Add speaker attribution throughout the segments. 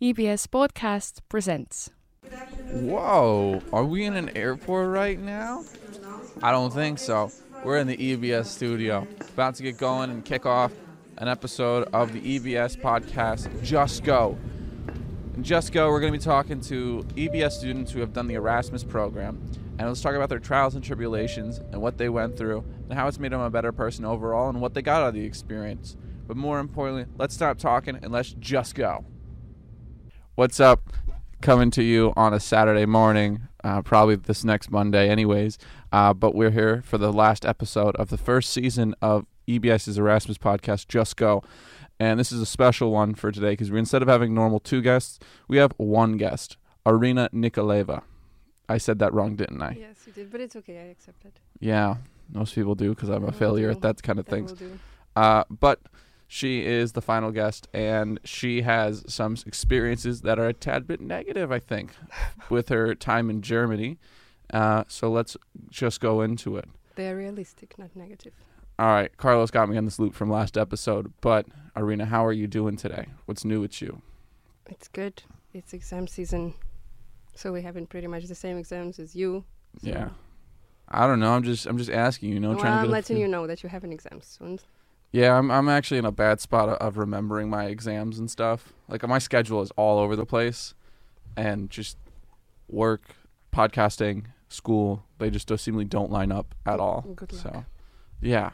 Speaker 1: EBS E Podcast presents.
Speaker 2: Whoa, are we in an airport right now? I don't think so. We're in the EBS studio, about to get going and kick off an episode of the EBS podcast, Just Go. In Just Go, we're going to be talking to EBS students who have done the Erasmus program, and let's talk about their trials and tribulations and what they went through and how it's made them a better person overall and what they got out of the experience. But more importantly, let's stop talking and let's just go. What's up? Coming to you on a Saturday morning, uh, probably this next Monday, anyways. Uh, but we're here for the last episode of the first season of EBS's Erasmus podcast, Just Go. And this is a special one for today because instead of having normal two guests, we have one guest, Arina Nikoleva. I said that wrong, didn't I?
Speaker 3: Yes, you did, but it's okay. I accept it.
Speaker 2: Yeah, most people do because I'm a
Speaker 3: Will
Speaker 2: failure at
Speaker 3: do.
Speaker 2: that kind of
Speaker 3: That
Speaker 2: things.
Speaker 3: will do.
Speaker 2: Uh, but she is the final guest, and she has some experiences that are a tad bit negative, I think, with her time in Germany. Uh, so let's just go into it.
Speaker 3: They are realistic, not negative.
Speaker 2: All right, Carlos got me on this loop from last episode, but Arena, how are you doing today? What's new with you?
Speaker 3: It's good. It's exam season, so we're having pretty much the same exams as you. so-
Speaker 2: Yeah. I don't know. I'm just I'm just asking you. you know,
Speaker 3: well,
Speaker 2: trying to
Speaker 3: I'm
Speaker 2: get a
Speaker 3: letting
Speaker 2: feel-
Speaker 3: you know that you have an exam soon.
Speaker 2: Yeah, I'm I'm actually in a bad spot of, of remembering my exams and stuff. Like my schedule is all over the place, and just work, podcasting, school. They just don't, seemingly don't line up at all.
Speaker 3: Good luck.
Speaker 2: So, yeah,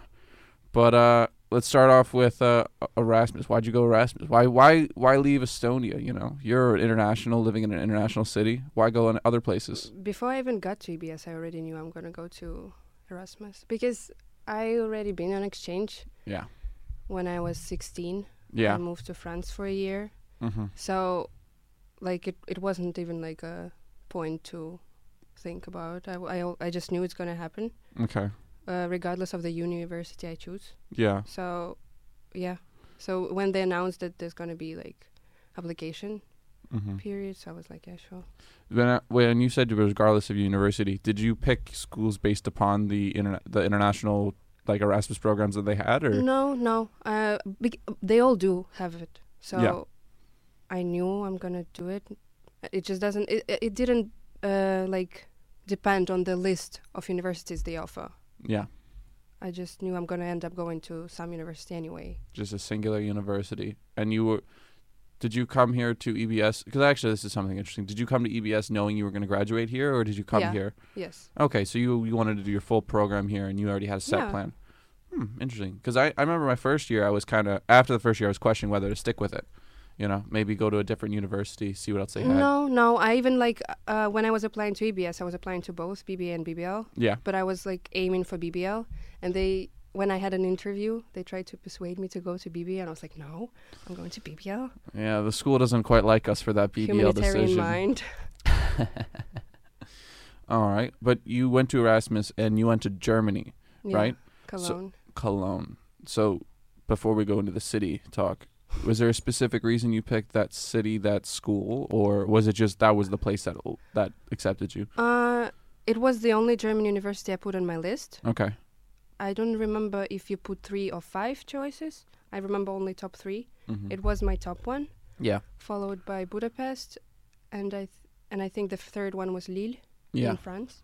Speaker 2: but uh, let's start off with uh, Erasmus. Why'd you go Erasmus? Why why why leave Estonia? You know, you're international, living in an international city. Why go in other places?
Speaker 3: Before I even got to EBS, I already knew I'm gonna go to Erasmus because I already been on exchange
Speaker 2: Yeah,
Speaker 3: when I was 16. I
Speaker 2: yeah,
Speaker 3: moved to France for a year,
Speaker 2: hmm
Speaker 3: so like it, it wasn't even like a point to think about. I, w- I al- I just knew it's gonna happen.
Speaker 2: okay,
Speaker 3: uh, regardless of the university I choose.
Speaker 2: yeah,
Speaker 3: So, yeah. So when they announced that there's gonna be like application
Speaker 2: hmm
Speaker 3: periods, I was like, yeah, sure.
Speaker 2: When, I, when you said regardless of university, did you pick schools based upon the interna- the international like Erasmus programs that they had, or
Speaker 3: No, no. Uh, bec- they all do have it. So I knew I'm gonna do it. It just doesn't. It it it didn't uh, like depend on the list of universities they offer.
Speaker 2: yeah,
Speaker 3: I just knew I'm gonna end up going to some university anyway.
Speaker 2: just a singular university? And you were, did you come here to E EBS? Because actually, this is something interesting. Did you come to EBS knowing you were going to graduate here, or did you come
Speaker 3: Yeah.
Speaker 2: here?
Speaker 3: Yes.
Speaker 2: Okay, so you you wanted to do your full program here, and you already had a set
Speaker 3: Yeah.
Speaker 2: plan. Hmm, interesting. Because I, I remember my first year, I was kind of after the first year, I was questioning whether to stick with it. You know, maybe go to a different university, see what else they had.
Speaker 3: No, no. I even like uh, when I was applying to EBS, I was applying to both BBA and BBL,
Speaker 2: Yeah.
Speaker 3: but I was like aiming for BBL. And they, when I had an interview, they tried to persuade me to go to BBA, and I was like, no, I'm going to BBL.
Speaker 2: Yeah, the school doesn't quite like us for that BBL
Speaker 3: Humanitarian
Speaker 2: decision.
Speaker 3: mind.
Speaker 2: All right, but you went to Erasmus and you went to Germany,
Speaker 3: Yeah,
Speaker 2: right?
Speaker 3: Cologne.
Speaker 2: Cologne. So, before we go into the city talk, was there a specific reason you picked that city, that school, or was it just that was the place that that accepted you?
Speaker 3: uh, it was the only German university I put on my list.
Speaker 2: Okay.
Speaker 3: I don't remember if you put three or five choices. I remember only top three.
Speaker 2: Mhm.
Speaker 3: It was my top one,
Speaker 2: yeah.
Speaker 3: followed by Budapest, and I th- and I think the third one was Lille.
Speaker 2: Yeah.
Speaker 3: in France.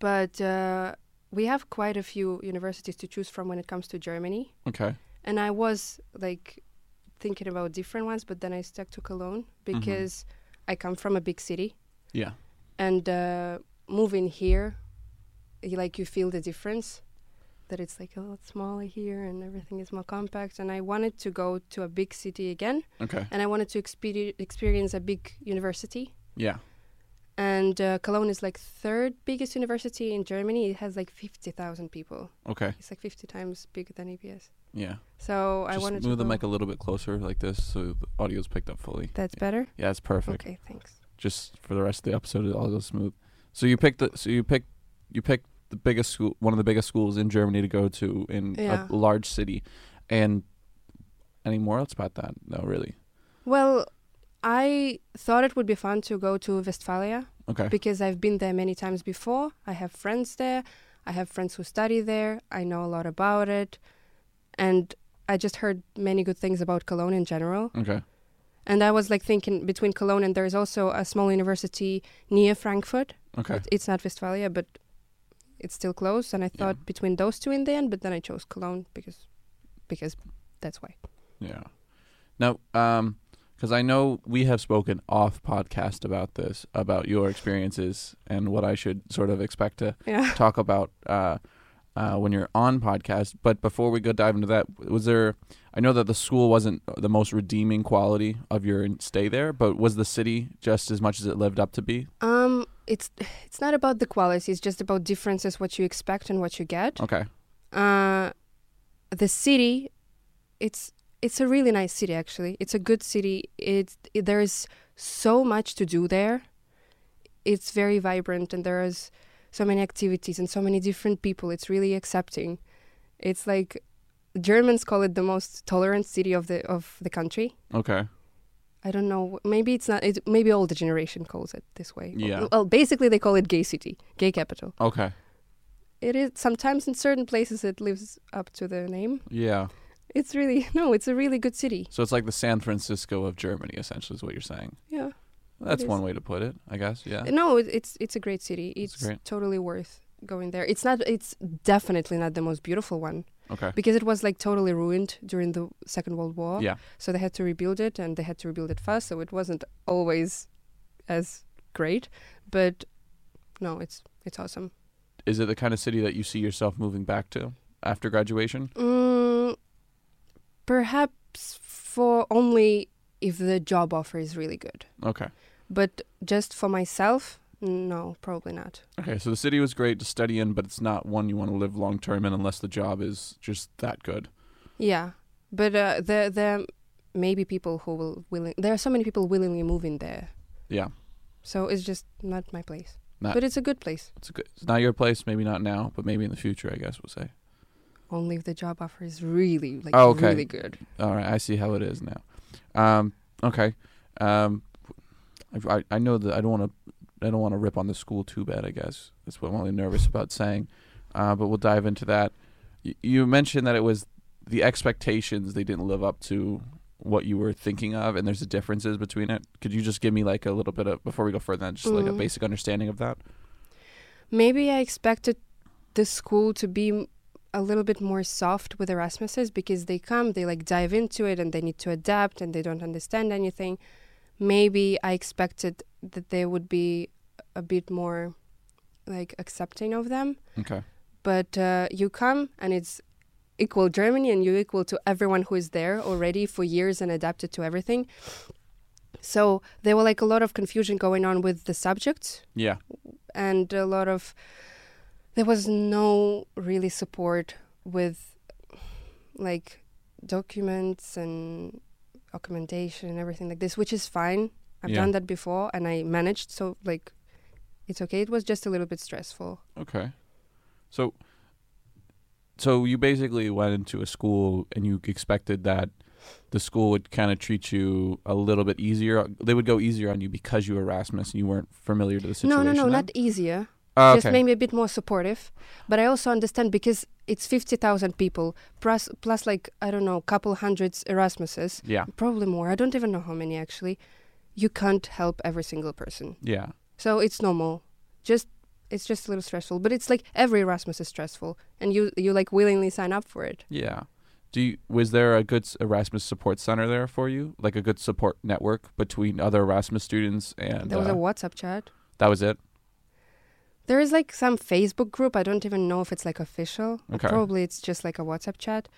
Speaker 3: But uh, we have quite a few universities to choose from when it comes to Germany.
Speaker 2: Okay.
Speaker 3: And I was like thinking about different ones, but then I stuck to Cologne because I come from a big city
Speaker 2: Mm-hmm. Yeah.
Speaker 3: and uh, moving here, you, like you feel the difference that it's like a lot smaller here and everything is more compact. And I wanted to go to a big city again
Speaker 2: Okay.
Speaker 3: and I wanted to exper- experience a big university
Speaker 2: Yeah.
Speaker 3: and uh, Cologne is like third biggest university in Germany. It has like fifty thousand people.
Speaker 2: Okay.
Speaker 3: It's like fifty times bigger than EBS.
Speaker 2: Yeah.
Speaker 3: So I
Speaker 2: just
Speaker 3: wanted
Speaker 2: move the
Speaker 3: to go-
Speaker 2: mic a little bit closer, like this, so the audio's picked up fully.
Speaker 3: That's better.
Speaker 2: Yeah, it's perfect.
Speaker 3: Okay, thanks.
Speaker 2: just for the rest of the episode it'll all go smooth so you picked the so you picked you picked the biggest school one of the biggest schools in germany to go to in
Speaker 3: Yeah.
Speaker 2: a large city and any more else about that no really
Speaker 3: Well, I thought it would be fun to go to Westphalia
Speaker 2: okay
Speaker 3: because I've been there many times before. I have friends there. I have friends who study there. I know a lot about it, and I just heard many good things about Cologne in general.
Speaker 2: okay
Speaker 3: And I was like thinking between Cologne and there's also a small university near Frankfurt.
Speaker 2: Okay.
Speaker 3: It- It's not Westphalia, but it's still close. And I thought between those two in the end, but then I chose Cologne because because that's why.
Speaker 2: Yeah. Now, um, because I know we have spoken off podcast about this, about your experiences and what I should sort of expect to
Speaker 3: Yeah.
Speaker 2: talk about uh, uh, when you're on podcast. But before we go dive into that, was there? I know that the school wasn't the most redeeming quality of your stay there, but was the city just as much as it lived up to be?
Speaker 3: Um, it's it's not about the quality. It's just about differences, what you expect and what you get.
Speaker 2: Okay.
Speaker 3: Uh, the city, it's it's a really nice city actually. It's a good city. It's it, there is so much to do there. It's very vibrant and there is so many activities and so many different people. It's really accepting. It's like Germans call it the most tolerant city of the of the country.
Speaker 2: Okay.
Speaker 3: I don't know. Maybe it's not. It, maybe older generation calls it this way.
Speaker 2: Yeah.
Speaker 3: Well, basically they call it gay city, gay capital.
Speaker 2: Okay.
Speaker 3: It is sometimes in certain places it lives up to the name.
Speaker 2: Yeah.
Speaker 3: It's really no. It's a really good city.
Speaker 2: So it's like the San Francisco of Germany, essentially, is what you're saying.
Speaker 3: Yeah.
Speaker 2: That's
Speaker 3: is.
Speaker 2: one way to put it, I guess. Yeah.
Speaker 3: No, it, it's it's a great city.
Speaker 2: It's
Speaker 3: It's,
Speaker 2: great.
Speaker 3: totally worth going there. It's not. It's definitely not the most beautiful one
Speaker 2: Okay.
Speaker 3: because it was like totally ruined during the Second World War.
Speaker 2: Yeah.
Speaker 3: So they had to rebuild it, and they had to rebuild it fast. So it wasn't always as great, but no, it's it's awesome.
Speaker 2: Is it the kind of city that you see yourself moving back to after graduation?
Speaker 3: Mm, perhaps for only if the job offer is really good.
Speaker 2: Okay.
Speaker 3: But just for myself, no, probably not.
Speaker 2: Okay, so the city was great to study in, but it's not one you want to live long term in unless the job is just that good.
Speaker 3: Yeah, but uh, there there may be people who will willing. There are so many people willingly moving there,
Speaker 2: Yeah.
Speaker 3: so it's just not my place.
Speaker 2: Not-
Speaker 3: but it's a good place,
Speaker 2: It's a good. It's not your place, maybe not now, but maybe in the future, I guess we'll say.
Speaker 3: only if the job offer is really like
Speaker 2: Oh, okay.
Speaker 3: really good.
Speaker 2: All right, I see how it is now. Um, okay. Um, I, I- I know that I don't want to. I don't want to rip on the school too bad. I guess that's what I'm only nervous about saying. Uh, but we'll dive into that. Y- you mentioned that it was the expectations they didn't live up to what you were thinking of, and there's the differences between it. Could you just give me like a little bit of before we go further, just like a
Speaker 3: Mhm.
Speaker 2: basic understanding of that?
Speaker 3: Maybe I expected the school to be m- a little bit more soft with Erasmuses because they come, they like dive into it and they need to adapt and they don't understand anything. Maybe I expected that they would be a bit more like accepting of them,
Speaker 2: Okay.
Speaker 3: but uh, you come and it's equal Germany and you equal to everyone who is there already for years and adapted to everything. So there were like a lot of confusion going on with the subjects
Speaker 2: Yeah.
Speaker 3: and a lot of there was no really support with like documents and documentation and everything like this which is fine i've
Speaker 2: Yeah.
Speaker 3: done that before and i managed so like it's okay it was just a little bit stressful
Speaker 2: Okay. So so you basically went into a school and you expected that the school would kind of treat you a little bit easier. They would go easier on you because you were Erasmus and you weren't familiar to the
Speaker 3: no
Speaker 2: situation.
Speaker 3: no no
Speaker 2: then?
Speaker 3: not easier
Speaker 2: Oh,
Speaker 3: just
Speaker 2: okay.
Speaker 3: maybe a bit more supportive but i also understand because it's 50000 people plus plus like i don't know couple hundreds erasmuses
Speaker 2: yeah.
Speaker 3: probably more i don't even know how many actually you can't help every single person
Speaker 2: Yeah.
Speaker 3: So it's normal. Just it's just a little stressful, but it's like every Erasmus is stressful, and you you like willingly sign up for it.
Speaker 2: Yeah. Do you, was there a good s- Erasmus support center there for you? Like a good support network between other Erasmus students and
Speaker 3: there was
Speaker 2: uh,
Speaker 3: a WhatsApp chat.
Speaker 2: that was it?
Speaker 3: There is like some Facebook group. I don't even know if it's like official.
Speaker 2: Okay.
Speaker 3: Probably it's just like a WhatsApp chat.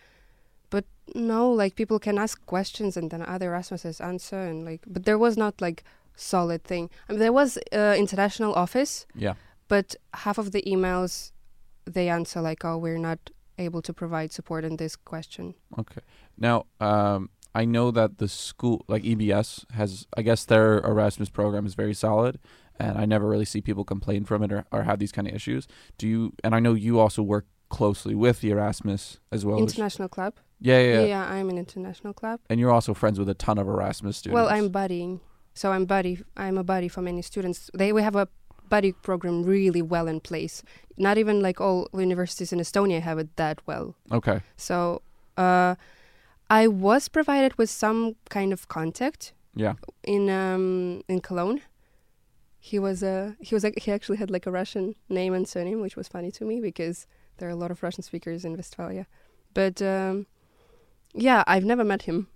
Speaker 3: But no, like people can ask questions and then other Erasmuses answer and like. But there was not like solid thing. I mean, there was uh, international office,
Speaker 2: Yeah.
Speaker 3: but half of the emails, they answer like, "Oh, we're not able to provide support in this question."
Speaker 2: Now, um, I know that the school, like EBS, has, I guess their Erasmus program is very solid, and I never really see people complain from it or, or have these kind of issues. Do you, and I know you also work closely with the Erasmus as well. which-
Speaker 3: International club.
Speaker 2: yeah, yeah,
Speaker 3: Yeah,
Speaker 2: yeah,
Speaker 3: I'm an international club.
Speaker 2: And you're also friends with a ton of Erasmus students.
Speaker 3: Well, I'm buddying, so I'm buddy. I'm a buddy for many students. They we have a buddy program really well in place. Not even like all universities in Estonia have it that well.
Speaker 2: Okay.
Speaker 3: So, uh, I was provided with some kind of contact
Speaker 2: Yeah.
Speaker 3: in um in Cologne. He was a he was like he actually had like a Russian name and surname, which was funny to me because there are a lot of Russian speakers in Westphalia. But um, yeah, I've never met him.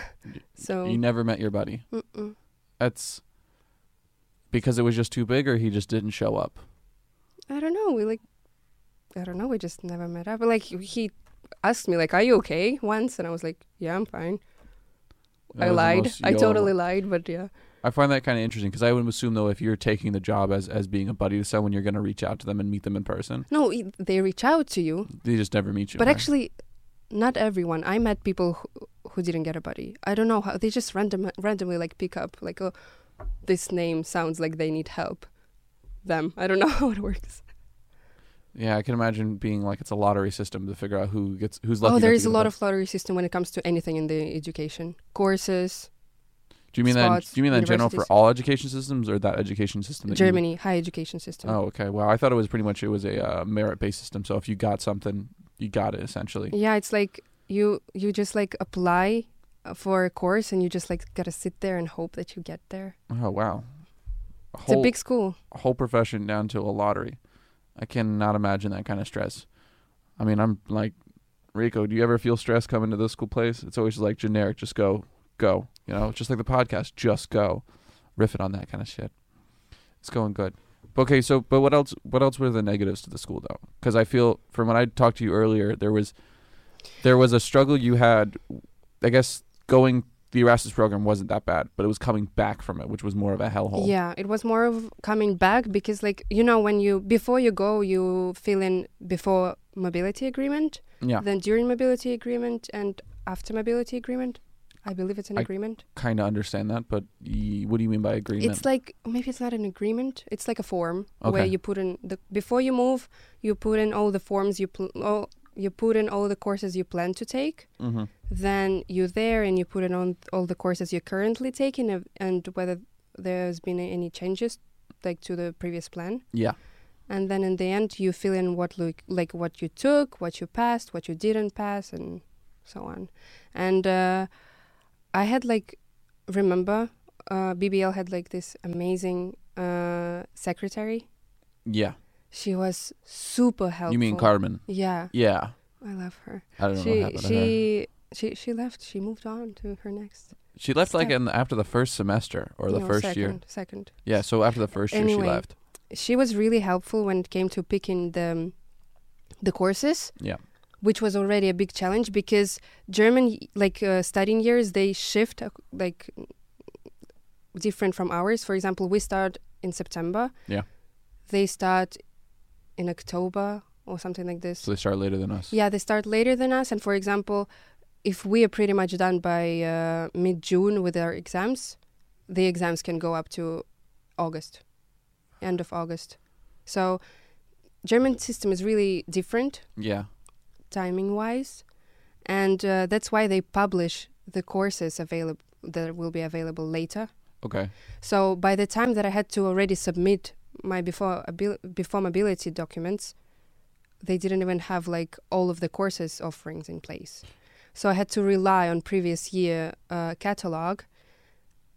Speaker 3: so
Speaker 2: You never met your buddy.
Speaker 3: mm-mm.
Speaker 2: That's because it was just too big, or he just didn't show up.
Speaker 3: I don't know. We like I don't know. We just never met up. But like he- he asked me like, "Are you okay?" Once, and I was like, "Yeah, I'm fine."
Speaker 2: That
Speaker 3: I
Speaker 2: was the
Speaker 3: lied.
Speaker 2: most
Speaker 3: I
Speaker 2: yo-
Speaker 3: totally lied, but yeah.
Speaker 2: I find that kind of interesting because I would assume though, if you're taking the job as as being a buddy to someone, you're going to reach out to them and meet them in person.
Speaker 3: No, i- they reach out to you,
Speaker 2: They just never meet you.
Speaker 3: but
Speaker 2: there.
Speaker 3: actually, not everyone. I met people who, who didn't get a buddy. I don't know how they just random randomly like pick up like, oh, this name sounds like they need help. Them. I don't know how it works.
Speaker 2: yeah, I can imagine being like it's a lottery system to figure out who gets who's lucky.
Speaker 3: oh, there
Speaker 2: enough
Speaker 3: is
Speaker 2: to
Speaker 3: a
Speaker 2: get
Speaker 3: lot
Speaker 2: the-
Speaker 3: of lottery system when it comes to anything in the education courses.
Speaker 2: Do you mean that? in-
Speaker 3: spots,
Speaker 2: Do you mean that in general for
Speaker 3: universities.
Speaker 2: all education systems or that education system? That you-
Speaker 3: Germany higher education system.
Speaker 2: oh, okay. Well, I thought it was pretty much it was a uh, merit based system. So if you got something, you got it essentially.
Speaker 3: Yeah, it's like you you just like apply uh, for a course and you just like gotta sit there and hope that you get there.
Speaker 2: Oh wow, a
Speaker 3: It's a big school.
Speaker 2: whole profession down to a lottery. I cannot imagine that kind of stress. I mean, I'm like, Rico, do you ever feel stress coming to this school place? It's always like generic, just go, go. You know, just like the podcast, just go. Riff it on that kind of shit. It's going good. Okay, so but what else? What else were the negatives to the school though? Because I feel from when I talked to you earlier, there was there was a struggle you had. I guess going the Erasmus program wasn't that bad, but it was coming back from it, which was more of a hellhole.
Speaker 3: Yeah, it was more of coming back because like you know when you before you go you fill in before mobility agreement,
Speaker 2: yeah,
Speaker 3: then during mobility agreement and after mobility agreement. I believe it's an
Speaker 2: I-
Speaker 3: agreement.
Speaker 2: kind of understand that, but y- what do you mean by agreement?
Speaker 3: It's like maybe it's not an agreement. It's like a form where
Speaker 2: Okay.
Speaker 3: you put in the before you move, you put in all the forms you pl- all, you put in all the courses you plan to take.
Speaker 2: mm-hmm.
Speaker 3: then you're there and you put it on all the courses you're currently taking and- and whether there's been any changes like to the previous plan
Speaker 2: Yeah,
Speaker 3: and then in the end you fill in what look like what you took what you passed what you didn't pass and so on and uh, i had like remember uh, bbl had like this amazing uh, secretary
Speaker 2: yeah.
Speaker 3: she was super helpful
Speaker 2: You mean Carmen?
Speaker 3: yeah
Speaker 2: Yeah,
Speaker 3: i love her
Speaker 2: I don't know what
Speaker 3: she
Speaker 2: happened to her.
Speaker 3: she she she left she moved on to her next
Speaker 2: She left like
Speaker 3: Step.
Speaker 2: in the, after the first semester or the
Speaker 3: No,
Speaker 2: first
Speaker 3: second,
Speaker 2: year.
Speaker 3: Second.
Speaker 2: Yeah, so after the first year she
Speaker 3: Anyway.
Speaker 2: left.
Speaker 3: She was really helpful when it came to picking the um, the courses.
Speaker 2: Yeah.
Speaker 3: Which was already a big challenge because German y- like uh, studying years they shift uh, like different from ours. For example, we start in September.
Speaker 2: Yeah.
Speaker 3: They start in October or something like this.
Speaker 2: So they start later than us.
Speaker 3: Yeah, they start later than us. And for example, if we are pretty much done by uh, mid June with our exams, the exams can go up to August, end of August. So German system is really different
Speaker 2: Yeah.
Speaker 3: timing wise, and uh, that's why they publish the courses available that will be available later.
Speaker 2: Okay.
Speaker 3: So by the time that I had to already submit my before abil- before mobility documents, they didn't even have like all of the courses offerings in place. So I had to rely on previous year uh, catalog.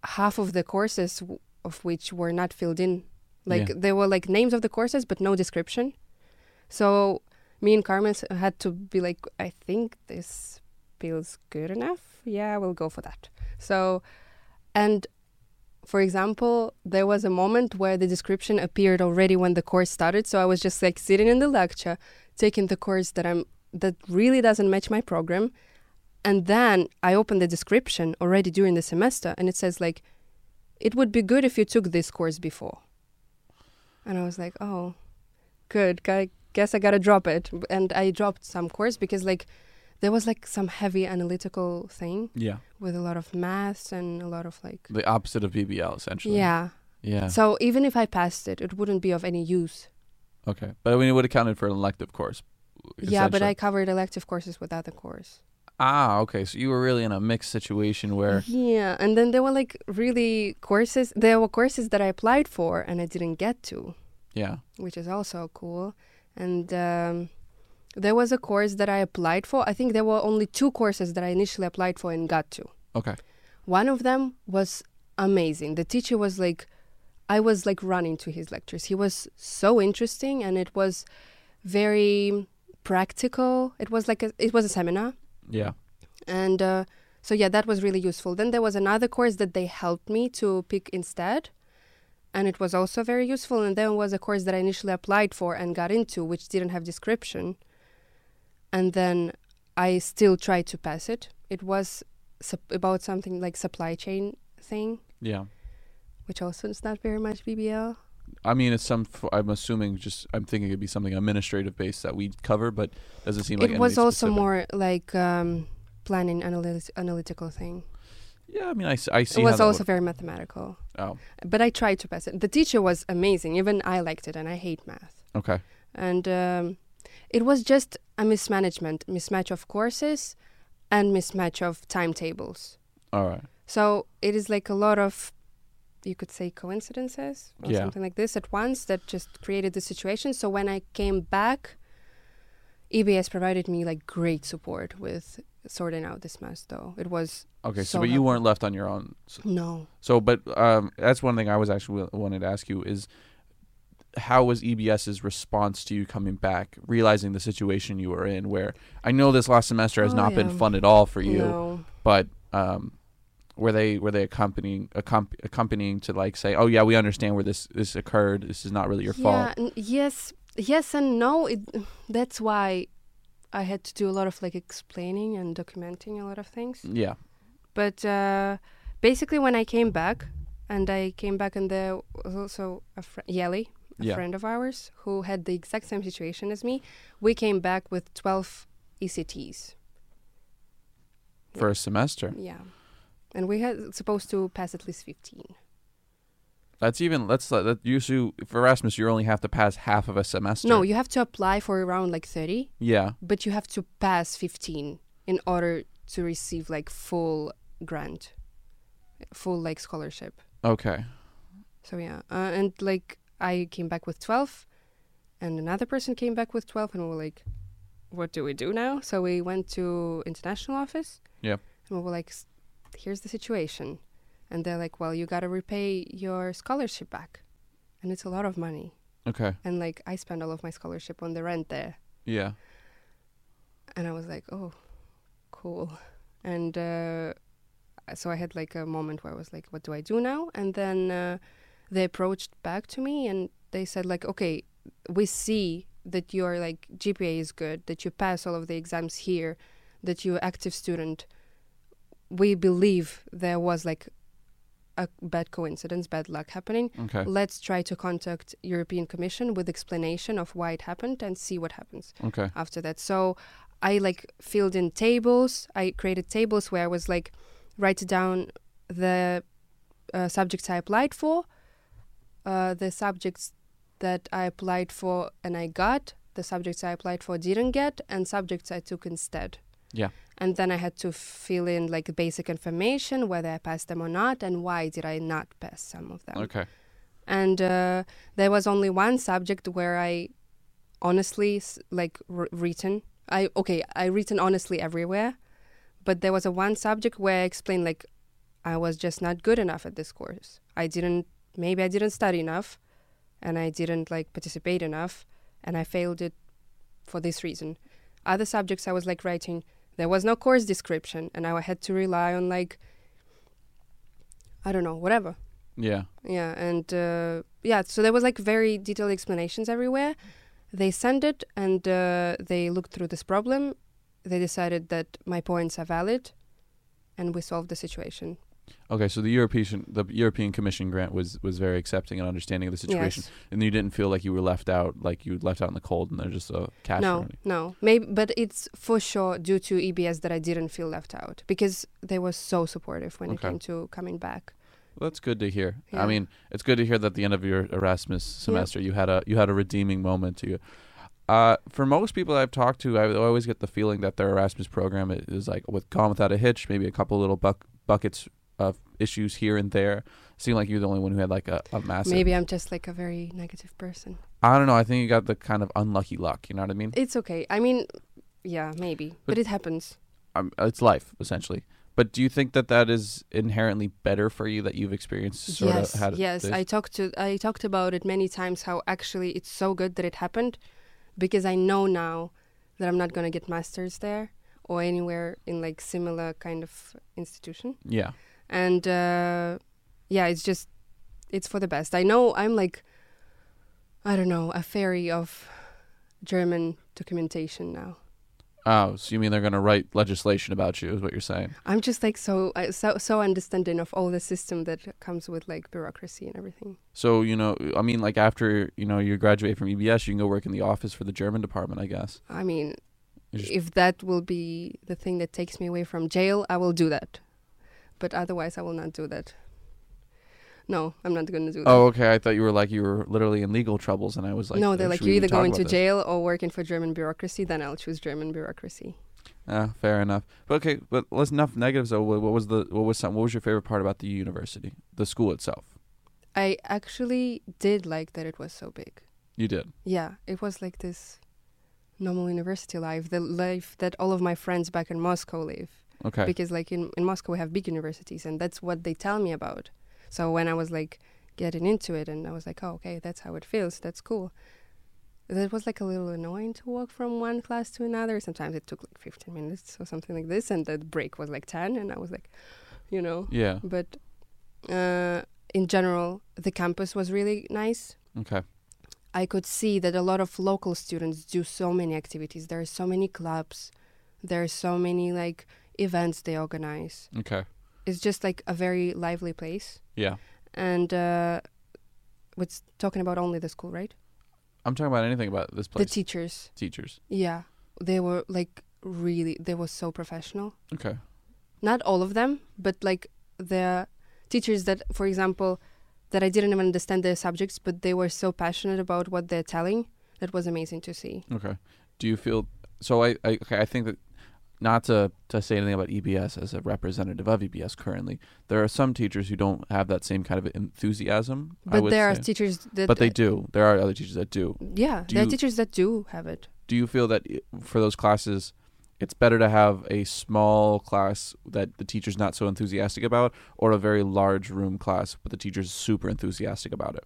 Speaker 3: Half of the courses w- of which were not filled in, like
Speaker 2: Yeah.
Speaker 3: there were like names of the courses but no description. So me and Carmen s- had to be like, I think this feels good enough. Yeah, we'll go for that. So, and for example, there was a moment where the description appeared already when the course started, so I was just like sitting in the lecture, taking the course that I'm that really doesn't match my program, and then I opened the description already during the semester, and it says like, "It would be good if you took this course before," and I was like, "Oh, good. I guess I gotta drop it," and I dropped some course because like there was like some heavy analytical thing
Speaker 2: Yeah.
Speaker 3: with a lot of maths and a lot of like.
Speaker 2: The opposite of BBL essentially.
Speaker 3: Yeah.
Speaker 2: Yeah.
Speaker 3: So even if I passed it, it wouldn't be of any use.
Speaker 2: okay. But I mean, it would have counted for an elective course.
Speaker 3: Yeah, but I
Speaker 2: essentially.
Speaker 3: covered elective courses without the course.
Speaker 2: Ah, okay. So you were really in a mixed situation where.
Speaker 3: Mm-hmm. Yeah, and then there were like really courses. There were courses that I applied for and I didn't get to,
Speaker 2: Yeah.
Speaker 3: which is also cool. And um, there was a course that I applied for. I think there were only two courses that I initially applied for and got to.
Speaker 2: Okay.
Speaker 3: One of them was amazing. The teacher was like, I was like running to his lectures. He was so interesting, and it was very practical. It was like a, it was a seminar,
Speaker 2: Yeah.
Speaker 3: and uh, so yeah, that was really useful. Then there was another course that they helped me to pick instead, and it was also very useful. And then was a course that I initially applied for and got into, which didn't have description, and then I still tried to pass it. It was sup- about something like supply chain thing,
Speaker 2: Yeah.
Speaker 3: which also is not very much BBL.
Speaker 2: I mean, it's some. f- I'm assuming just. I'm thinking it'd be something administrative based that we cover, but doesn't seem like
Speaker 3: it was
Speaker 2: anything
Speaker 3: also
Speaker 2: specific.
Speaker 3: more like um, planning analyt- analytical thing.
Speaker 2: Yeah, I mean, I, s- I see.
Speaker 3: it
Speaker 2: how
Speaker 3: was
Speaker 2: that
Speaker 3: also very mathematical,
Speaker 2: would-
Speaker 3: but I tried to pass it. The teacher was amazing. Even I liked it, and I hate math.
Speaker 2: oh, okay.
Speaker 3: And um, it was just a mismanagement, mismatch of courses, and mismatch of timetables.
Speaker 2: All right.
Speaker 3: So it is like a lot of, you could say, coincidences or
Speaker 2: Yeah.
Speaker 3: something like this at once that just created the situation. So when I came back, EBS provided me like great support with sorting out this mess. Though it was
Speaker 2: Okay. So,
Speaker 3: So
Speaker 2: but you
Speaker 3: helpful.
Speaker 2: weren't left on your own. So,
Speaker 3: no,
Speaker 2: so but um, that's one thing I was actually wi- wanted to ask you is, how was EBS's response to you coming back, realizing the situation you were in, where I know this last semester has
Speaker 3: Oh,
Speaker 2: not been
Speaker 3: yeah.
Speaker 2: fun at all for you,
Speaker 3: no.
Speaker 2: but um, were they were they accompanying accomp- accompanying to like say, oh yeah, we understand where this this occurred. This is not really your fault.
Speaker 3: n- yes, yes, and no. It, that's why I had to do a lot of like explaining and documenting a lot of things.
Speaker 2: Yeah.
Speaker 3: But uh, basically, when I came back, and I came back, and there was also a fr- Yeli, a
Speaker 2: Yeah.
Speaker 3: friend of ours, who had the exact same situation as me. We came back with twelve E ECTs.
Speaker 2: For a semester.
Speaker 3: Yeah. And we had supposed to pass at least fifteen.
Speaker 2: That's even that's like that usually for Erasmus you only have to pass half of a semester.
Speaker 3: No, you have to apply for around like thirty.
Speaker 2: Yeah.
Speaker 3: but you have to pass 15 in order to receive like full grant full like scholarship
Speaker 2: Okay.
Speaker 3: so yeah uh, and like i came back with 12 and another person came back with 12 and we were like what do we do now so we went to international office
Speaker 2: Yep.
Speaker 3: and we were like "S- here's the situation and they're like well you got to repay your scholarship back and it's a lot of money
Speaker 2: Okay.
Speaker 3: and like i spent all of my scholarship on the rent there
Speaker 2: Yeah.
Speaker 3: and I was like, oh, cool. And uh, so I had like a moment where I was like, what do I do now? And then uh, they approached back to me and they said like, okay, we see that your like GPA is good, that you pass all of the exams here, that you're active student. We believe there was like a bad coincidence, bad luck happening.
Speaker 2: Okay.
Speaker 3: Let's try to contact European Commission with explanation of why it happened and see what happens
Speaker 2: Okay.
Speaker 3: after that. So I like filled in tables. I created tables where I was like write down the uh, subjects I applied for, uh, the subjects that I applied for and I got, the subjects I applied for didn't get, and subjects I took instead.
Speaker 2: Yeah.
Speaker 3: And then I had to fill in like basic information whether I passed them or not, and why did I not pass some of them
Speaker 2: Okay.
Speaker 3: and uh, there was only one subject where I honestly s- like r- written. I okay, I written honestly everywhere, but there was a one subject where I explained like I was just not good enough at this course. I didn't maybe I didn't study enough, and I didn't like participate enough, and I failed it for this reason. Other subjects I was like writing. There was no course description, and I had to rely on like I don't know whatever
Speaker 2: Yeah.
Speaker 3: yeah and uh, yeah so there was like very detailed explanations everywhere they sent it and uh, they looked through this problem they decided that my points are valid and we solved the situation
Speaker 2: Okay. So the European the European Commission grant was was very accepting and understanding of the situation,
Speaker 3: Yes.
Speaker 2: and you didn't feel like you were left out, like you were left out in the cold, and they're just a cash.
Speaker 3: no
Speaker 2: only.
Speaker 3: no maybe but it's for sure due to ebs that i didn't feel left out because they were so supportive when
Speaker 2: Okay.
Speaker 3: it came to coming back
Speaker 2: Well, that's good to hear. I
Speaker 3: Yeah.
Speaker 2: mean, it's good to hear that at the end of your Erasmus semester, you had a you had a redeeming moment to you. Uh, for most people I've talked to, I always get the feeling that their Erasmus program i- is like with gone without a hitch. Maybe a couple little buck, buckets of issues here and there. Seemed like you're the only one who had like a, a massive.
Speaker 3: maybe i'm just like a very negative person
Speaker 2: I don't know. I think you got the kind of unlucky luck. You know what I mean?
Speaker 3: it's okay i mean yeah maybe but,
Speaker 2: But-
Speaker 3: it happens
Speaker 2: um, it's life essentially. But do you think that that is inherently better for you that you've experienced? Sort
Speaker 3: yes,
Speaker 2: of had
Speaker 3: yes.
Speaker 2: this-
Speaker 3: I talked to I talked about it many times. How actually it's so good that it happened, because I know now that I'm not gonna get masters there or anywhere in like similar kind of institution.
Speaker 2: yeah,
Speaker 3: And uh, yeah, it's just it's for the best. I know I'm like I don't know a fairy of German documentation now.
Speaker 2: Oh, so you mean they're going to write legislation about you? Is what you're saying?
Speaker 3: I'm just like so I- so so understanding of all the system that comes with like bureaucracy and everything.
Speaker 2: So you know, I mean, like after you know you graduate from EBS, you can go work in the office for the German department, I guess.
Speaker 3: I mean,
Speaker 2: You just-
Speaker 3: if that will be the thing that takes me away from jail, I will do that. But otherwise, I will not do that. No, I'm not going to do that.
Speaker 2: Oh, okay. I thought you were like you were literally in legal troubles, and I was like,
Speaker 3: no, they're
Speaker 2: "Uh,
Speaker 3: like,
Speaker 2: should
Speaker 3: you
Speaker 2: we
Speaker 3: either
Speaker 2: even talk
Speaker 3: going
Speaker 2: about
Speaker 3: to
Speaker 2: this?"
Speaker 3: jail or working for German bureaucracy, then I'll choose German bureaucracy.
Speaker 2: Ah, fair enough. But okay, but let's enough negatives. Though, what what was the what was some, what was your favorite part about the university, the school itself?
Speaker 3: I actually did like that it was so big.
Speaker 2: You did.
Speaker 3: Yeah, it was like this normal university life, the life that all of my friends back in Moscow live.
Speaker 2: Okay.
Speaker 3: because like in, in moscow we have big universities and that's what they tell me about so when i was like getting into it and i was like oh okay that's how it feels that's cool it was like a little annoying to walk from one class to another sometimes it took like 15 minutes or something like this and the break was like 10 and i was like you know
Speaker 2: yeah.
Speaker 3: but uh, in general the campus was really nice
Speaker 2: Okay.
Speaker 3: I could see that a lot of local students do so many activities. There are so many clubs. There are so many like events they organize.
Speaker 2: Okay.
Speaker 3: It's just like a very lively place.
Speaker 2: Yeah.
Speaker 3: And uh, what's talking about only the school, right?
Speaker 2: I'm talking about anything about this place.
Speaker 3: The teachers.
Speaker 2: teachers.
Speaker 3: Yeah, they were like really. They were so professional.
Speaker 2: Okay.
Speaker 3: Not all of them, but like the teachers that, for example, that I didn't even understand their subjects, but they were so passionate about what they're telling. That was amazing to see.
Speaker 2: Okay. Do you feel so? I, I okay. I think that not to to say anything about EBS as a representative of EBS currently, there are some teachers who don't have that same kind of enthusiasm. I
Speaker 3: But
Speaker 2: would
Speaker 3: there are
Speaker 2: say.
Speaker 3: teachers that.
Speaker 2: but they do. There are other teachers that do.
Speaker 3: Yeah,
Speaker 2: Do
Speaker 3: there
Speaker 2: you-
Speaker 3: are teachers that do have it.
Speaker 2: Do you feel that i for those classes, it's better to have a small class that the teacher's not so enthusiastic about, or a very large room class but the teacher's super enthusiastic about it?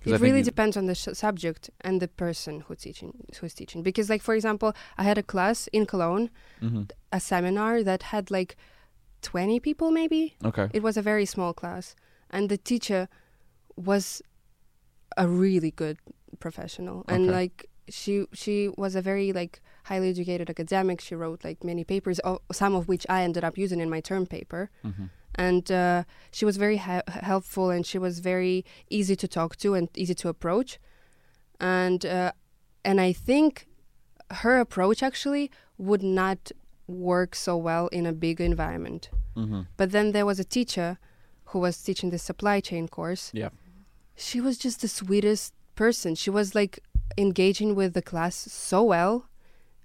Speaker 2: 'Cause I
Speaker 3: It
Speaker 2: think
Speaker 3: really
Speaker 2: you-
Speaker 3: depends on the sh- subject and the person who's teaching. Who's teaching? Because, like for example, I had a class in Cologne,
Speaker 2: Mhm.
Speaker 3: a seminar that had like twenty people, maybe.
Speaker 2: Okay.
Speaker 3: It was a very small class, and the teacher was a really good professional, and
Speaker 2: Okay.
Speaker 3: like she she was a very like highly educated academic. She wrote like many papers, o- some of which I ended up using in my term paper.
Speaker 2: hmm
Speaker 3: and uh, she was very he- helpful and she was very easy to talk to and easy to approach and uh, and i think her approach actually would not work so well in a big environment
Speaker 2: hmm
Speaker 3: but then there was a teacher who was teaching the supply chain course
Speaker 2: Yeah.
Speaker 3: she was just the sweetest person she was like engaging with the class so well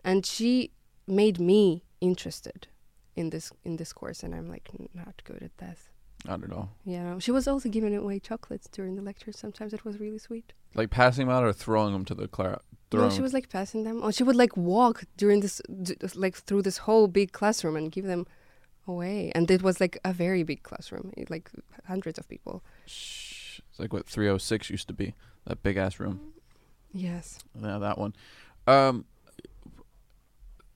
Speaker 3: and she made me interested in this in this course and i'm like not good at this
Speaker 2: I don't know.
Speaker 3: yeah, she was also giving away chocolates during the lecture. Sometimes it was really sweet.
Speaker 2: Like passing them out or throwing them to the class.
Speaker 3: No, she was like passing them, or she would like walk during this, d- like through this whole big classroom and give them away. And it was like a very big classroom, it- like hundreds of people.
Speaker 2: Shh. It's like what 306 used to be, that big ass room.
Speaker 3: Yes.
Speaker 2: Yeah, that one. Um,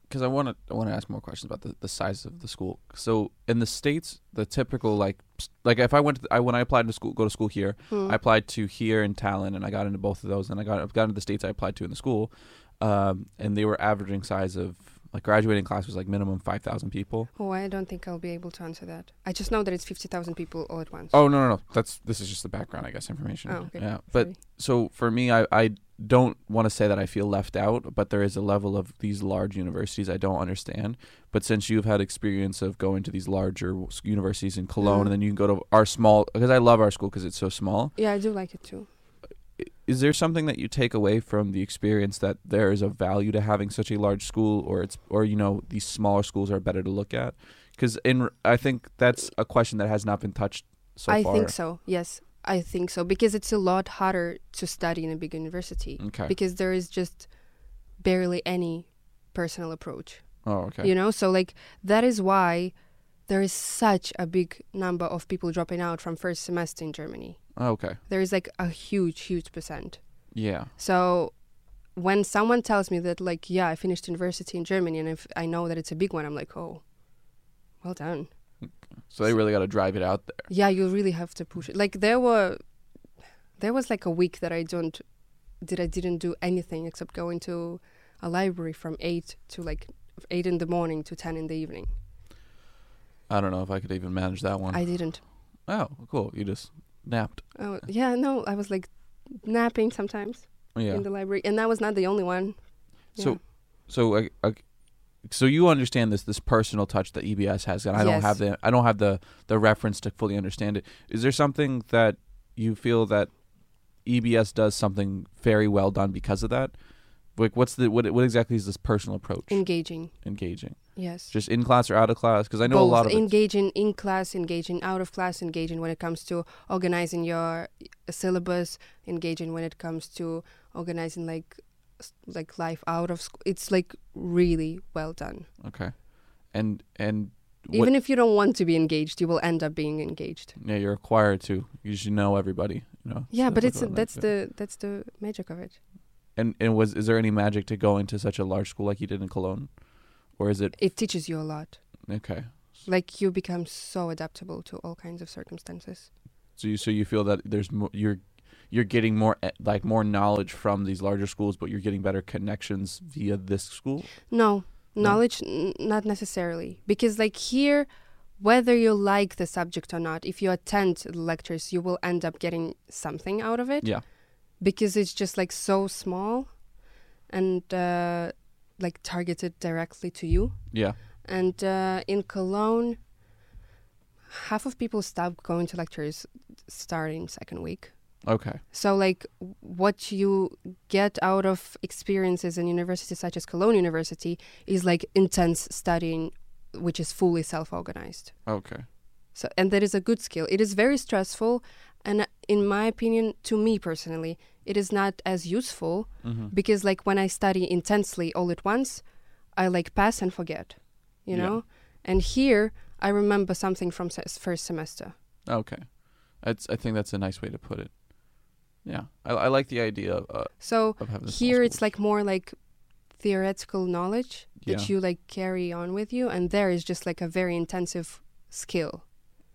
Speaker 2: because I want to, I want to ask more questions about the, the size of the school. So in the states, the typical like, s- like if I went, to the, I when I applied to school, go to school here,
Speaker 3: Hmm.
Speaker 2: I applied to here in Tallinn, and I got into both of those, and I got, I got into the states I applied to in the school, um, and they were averaging size of like graduating class was like minimum five thousand people.
Speaker 3: oh, I don't think I'll be able to answer that. I just know that it's fifty thousand people all at once.
Speaker 2: Oh no no no! That's this is just the background, I guess, information.
Speaker 3: Oh, okay.
Speaker 2: Yeah, but
Speaker 3: Sorry.
Speaker 2: so for me I, I don't want to say that I feel left out, but there is a level of these large universities I don't understand. But since you've had experience of going to these larger w- s- universities in Cologne,
Speaker 3: Mhm.
Speaker 2: and then you can go to our small because I love our school because it's so small.
Speaker 3: yeah, I do like it too.
Speaker 2: I- Is there something that you take away from the experience that there is a value to having such a large school, or it's or you know these smaller schools are better to look at? Because in r- I think that's a question that has not been touched so
Speaker 3: I
Speaker 2: far.
Speaker 3: think so. Yes, I think so because it's a lot harder to study in a big university
Speaker 2: Okay.
Speaker 3: because there is just barely any personal approach.
Speaker 2: oh okay.
Speaker 3: you know so like that is why there is such a big number of people dropping out from first semester in Germany.
Speaker 2: Oh, Okay.
Speaker 3: There is like a huge, huge percent.
Speaker 2: Yeah.
Speaker 3: So when someone tells me that, like, yeah, I finished university in Germany, and if I know that it's a big one, I'm like, oh, well done.
Speaker 2: So they really got to drive it out there.
Speaker 3: Yeah, you really have to push it. Like there were, there was like a week that I don't, that I didn't do anything except going to a library from eight to like eight in the morning to ten in the evening.
Speaker 2: I don't know if I could even manage that one.
Speaker 3: I didn't.
Speaker 2: oh, cool. You just napped.
Speaker 3: Oh yeah, no, I was like napping sometimes
Speaker 2: Yeah.
Speaker 3: in the library, and I was not the only one.
Speaker 2: So, so, uh, uh, so you understand this this personal touch that EBS has, and I don't
Speaker 3: Yes.
Speaker 2: have the I don't have the the reference to fully understand it. Is there something that you feel that EBS does something very well done because of that? Like, what's the what what exactly is this personal approach
Speaker 3: engaging,
Speaker 2: engaging?
Speaker 3: yes.
Speaker 2: Just in class or out of class? Because I know
Speaker 3: Both
Speaker 2: a lot of it.
Speaker 3: engaging in class, engaging out of class, engaging when it comes to organizing your uh, syllabus, engaging when it comes to organizing like s- like life out of school. It's like really well done.
Speaker 2: Okay, and and what,
Speaker 3: Even if you don't want to be engaged, you will end up being engaged.
Speaker 2: yeah, you're required to. You should know everybody. You know.
Speaker 3: Yeah,
Speaker 2: So
Speaker 3: but
Speaker 2: that's
Speaker 3: it's
Speaker 2: what I like
Speaker 3: that's
Speaker 2: to-
Speaker 3: the that's the magic of it.
Speaker 2: And and was is there any magic to going to such a large school like you did in Cologne, or is it
Speaker 3: It teaches you a lot.
Speaker 2: okay?
Speaker 3: Like you become so adaptable to all kinds of circumstances.
Speaker 2: So you so you feel that there's mo- you're you're getting more e- like more knowledge from these larger schools, but you're getting better connections via this school.
Speaker 3: No,
Speaker 2: No?
Speaker 3: knowledge n- not necessarily because like here whether you like the subject or not, if you attend lectures, you will end up getting something out of it
Speaker 2: Yeah,
Speaker 3: because it's just like so small and uh, like targeted directly to you.
Speaker 2: yeah.
Speaker 3: And uh, in Cologne, half of people stopped going to lectures starting second week.
Speaker 2: Okay,
Speaker 3: So, like, w- what you get out of experiences in universities such as Cologne University is like intense studying, which is fully self organized.
Speaker 2: okay.
Speaker 3: So, and that is a good skill. It is very stressful, and uh, in my opinion, to me personally, it is not as useful
Speaker 2: Mm-hmm.
Speaker 3: because, like, when I study intensely all at once, I like pass and forget, you
Speaker 2: Yeah.
Speaker 3: know. And here, I remember something from se- first semester.
Speaker 2: Okay, that's I think that's a nice way to put it. Yeah, I, I like the idea of, uh,
Speaker 3: So,
Speaker 2: of having this small
Speaker 3: here it's
Speaker 2: schools.
Speaker 3: like more like theoretical knowledge that
Speaker 2: Yeah.
Speaker 3: you like carry on with you and there is just like a very intensive skill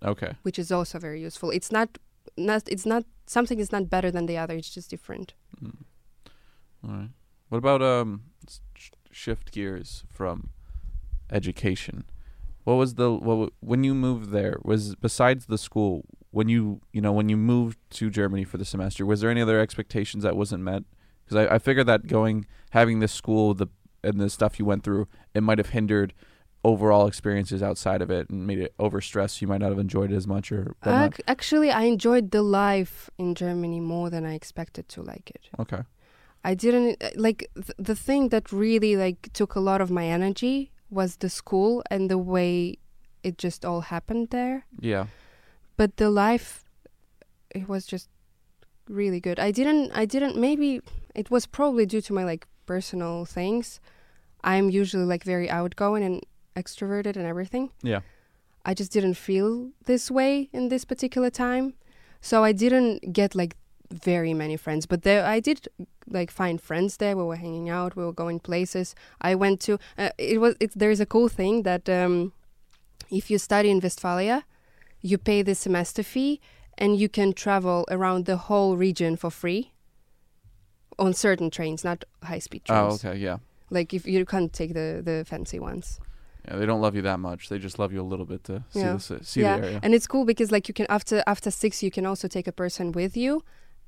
Speaker 2: okay.
Speaker 3: which is also very useful it's not not it's not something is not better than the other it's just different
Speaker 2: Mm. All right. What about um s- sh- shift gears from education? What was the what w- when you moved there was besides the school when you you know when you moved to Germany for the semester was there any other expectations that wasn't met? Because I, I figured that going having this school the and the stuff you went through it might have hindered overall experiences outside of it and made it overstressed. You might not have enjoyed it as much or whatnot.
Speaker 3: Ac- actually i enjoyed the life in germany more than i expected to like it
Speaker 2: okay.
Speaker 3: I didn't uh, like th- the thing that really like took a lot of my energy was the school and the way it just all happened there.
Speaker 2: Yeah.
Speaker 3: But the life it was just really good. I didn't I didn't maybe it was probably due to my like personal things. I'm usually like very outgoing and extroverted and everything.
Speaker 2: Yeah.
Speaker 3: I just didn't feel this way in this particular time. So I didn't get like very many friends, but there I did like find friends there. We were hanging out, we were going places. I went to uh, it was it's there is a cool thing that um if you study in Westphalia, you pay the semester fee and you can travel around the whole region for free on certain trains, not high speed
Speaker 2: Oh,
Speaker 3: trains.
Speaker 2: okay. Yeah.
Speaker 3: Like if you can't take the the fancy ones.
Speaker 2: Yeah, they don't love you that much. They just love you a little bit to see
Speaker 3: Yeah.
Speaker 2: the ci- see
Speaker 3: Yeah.
Speaker 2: the area.
Speaker 3: and it's cool because like you can after after six you can also take a person with you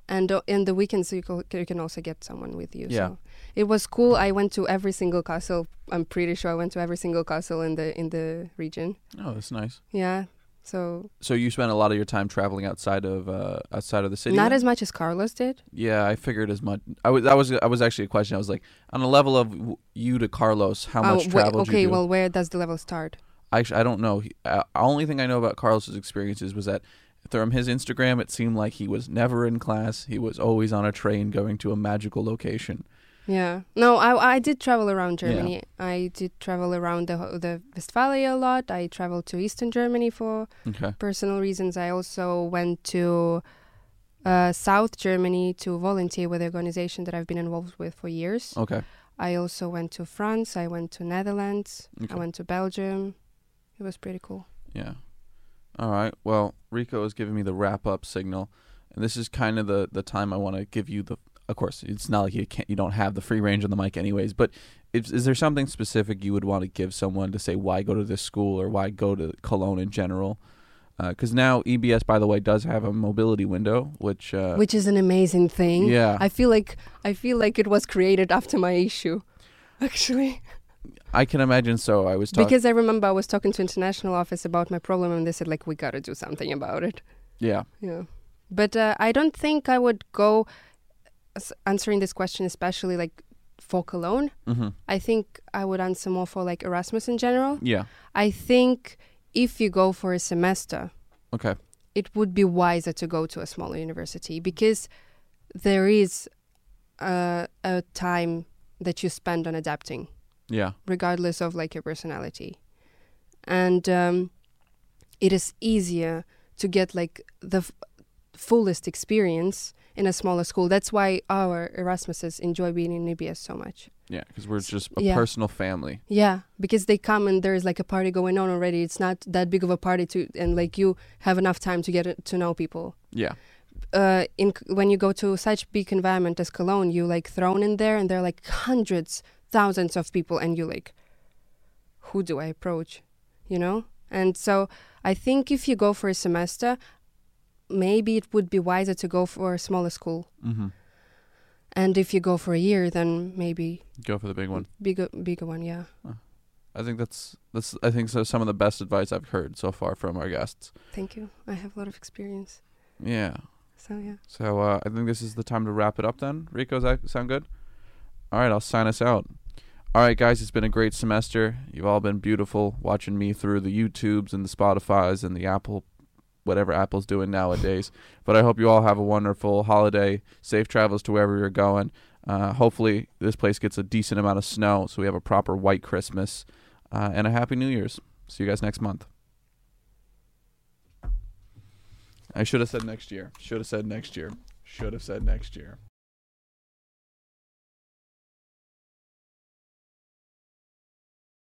Speaker 3: and uh, in the weekends you, co- you can also get someone with you
Speaker 2: Yeah.
Speaker 3: so it was cool i went to every single castle i'm pretty sure i went to every single castle in the in the region
Speaker 2: Oh, that's nice.
Speaker 3: yeah so
Speaker 2: So you spent a lot of your time traveling outside of uh, outside of the city.
Speaker 3: not
Speaker 2: then?
Speaker 3: as much as carlos did
Speaker 2: yeah, I figured as much. I was that was I was actually a question. I was like, on a level of w- you to Carlos, how
Speaker 3: Oh,
Speaker 2: much
Speaker 3: wh-
Speaker 2: travel did
Speaker 3: okay
Speaker 2: you do?
Speaker 3: well where does the level start
Speaker 2: Actually, I don't know. He, uh, only thing I know about Carlos's experiences was that from his Instagram, it seemed like he was never in class. He was always on a train going to a magical location.
Speaker 3: Yeah. No, I I did travel around Germany. I did travel around the ho- the Westphalia a lot. I traveled to Eastern Germany for
Speaker 2: Okay.
Speaker 3: personal reasons. I also went to uh, South Germany to volunteer with the organization that I've been involved with for years.
Speaker 2: Okay.
Speaker 3: I also went to France. I went to Netherlands.
Speaker 2: Okay.
Speaker 3: I went to Belgium. It was pretty cool.
Speaker 2: Yeah. All right. Well, Rico is giving me the wrap up signal, and this is kind of the the time I want to give you the. Of course, it's not like you can't you don't have the free range on the mic anyways. But if, is there something specific you would want to give someone to say why go to this school or why go to Cologne in general? Because now EBS, by the way, does have a mobility window, which uh,
Speaker 3: Which is an amazing thing.
Speaker 2: yeah,
Speaker 3: I feel like I feel like it was created after my issue. Actually,
Speaker 2: I can imagine. So I was talking.
Speaker 3: because I remember I was talking to international office about my problem, and they said like we gotta do something about it.
Speaker 2: yeah.
Speaker 3: Yeah. But uh, I don't think I would go s- answering this question, especially like for Cologne.
Speaker 2: Mm-hmm.
Speaker 3: I think I would answer more for like Erasmus in general.
Speaker 2: Yeah.
Speaker 3: I think if you go for a semester,
Speaker 2: Okay.
Speaker 3: it would be wiser to go to a smaller university because there is uh, a time that you spend on adapting
Speaker 2: Yeah.
Speaker 3: regardless of like your personality and um, it is easier to get like the f- fullest experience in a smaller school that's why our erasmuses enjoy being in ibs so much
Speaker 2: Yeah. Because we're just a
Speaker 3: Yeah.
Speaker 2: personal family.
Speaker 3: yeah because they come and there is like a party going on already it's not that big of a party to and like you have enough time to get to know people
Speaker 2: Yeah.
Speaker 3: uh, in C- when you go to such big environment as Cologne, you like thrown in there, and there are like hundreds, thousands of people, and you like, who do I approach, you know? And so I think if you go for a semester, maybe it would be wiser to go for a smaller school,
Speaker 2: Mm-hmm.
Speaker 3: and if you go for a year, then maybe
Speaker 2: Go for the big one.
Speaker 3: bigger, bigger one, yeah.
Speaker 2: I think that's that's I think so some of the best advice I've heard so far from our guests.
Speaker 3: Thank you. I have a lot of experience,
Speaker 2: Yeah.
Speaker 3: so yeah.
Speaker 2: So uh, I think this is the time to wrap it up then. Rico, does that sound good? All right, I'll sign us out. All right, guys, it's been a great semester. You've all been beautiful watching me through the YouTubes and the Spotify's and the Apple, whatever Apple's doing nowadays. But I hope you all have a wonderful holiday. Safe travels to wherever you're going. Uh, hopefully, this place gets a decent amount of snow so we have a proper white Christmas uh, and a happy New Year's. See you guys next month. I should have said next year. Should have said next year. Should have said next year.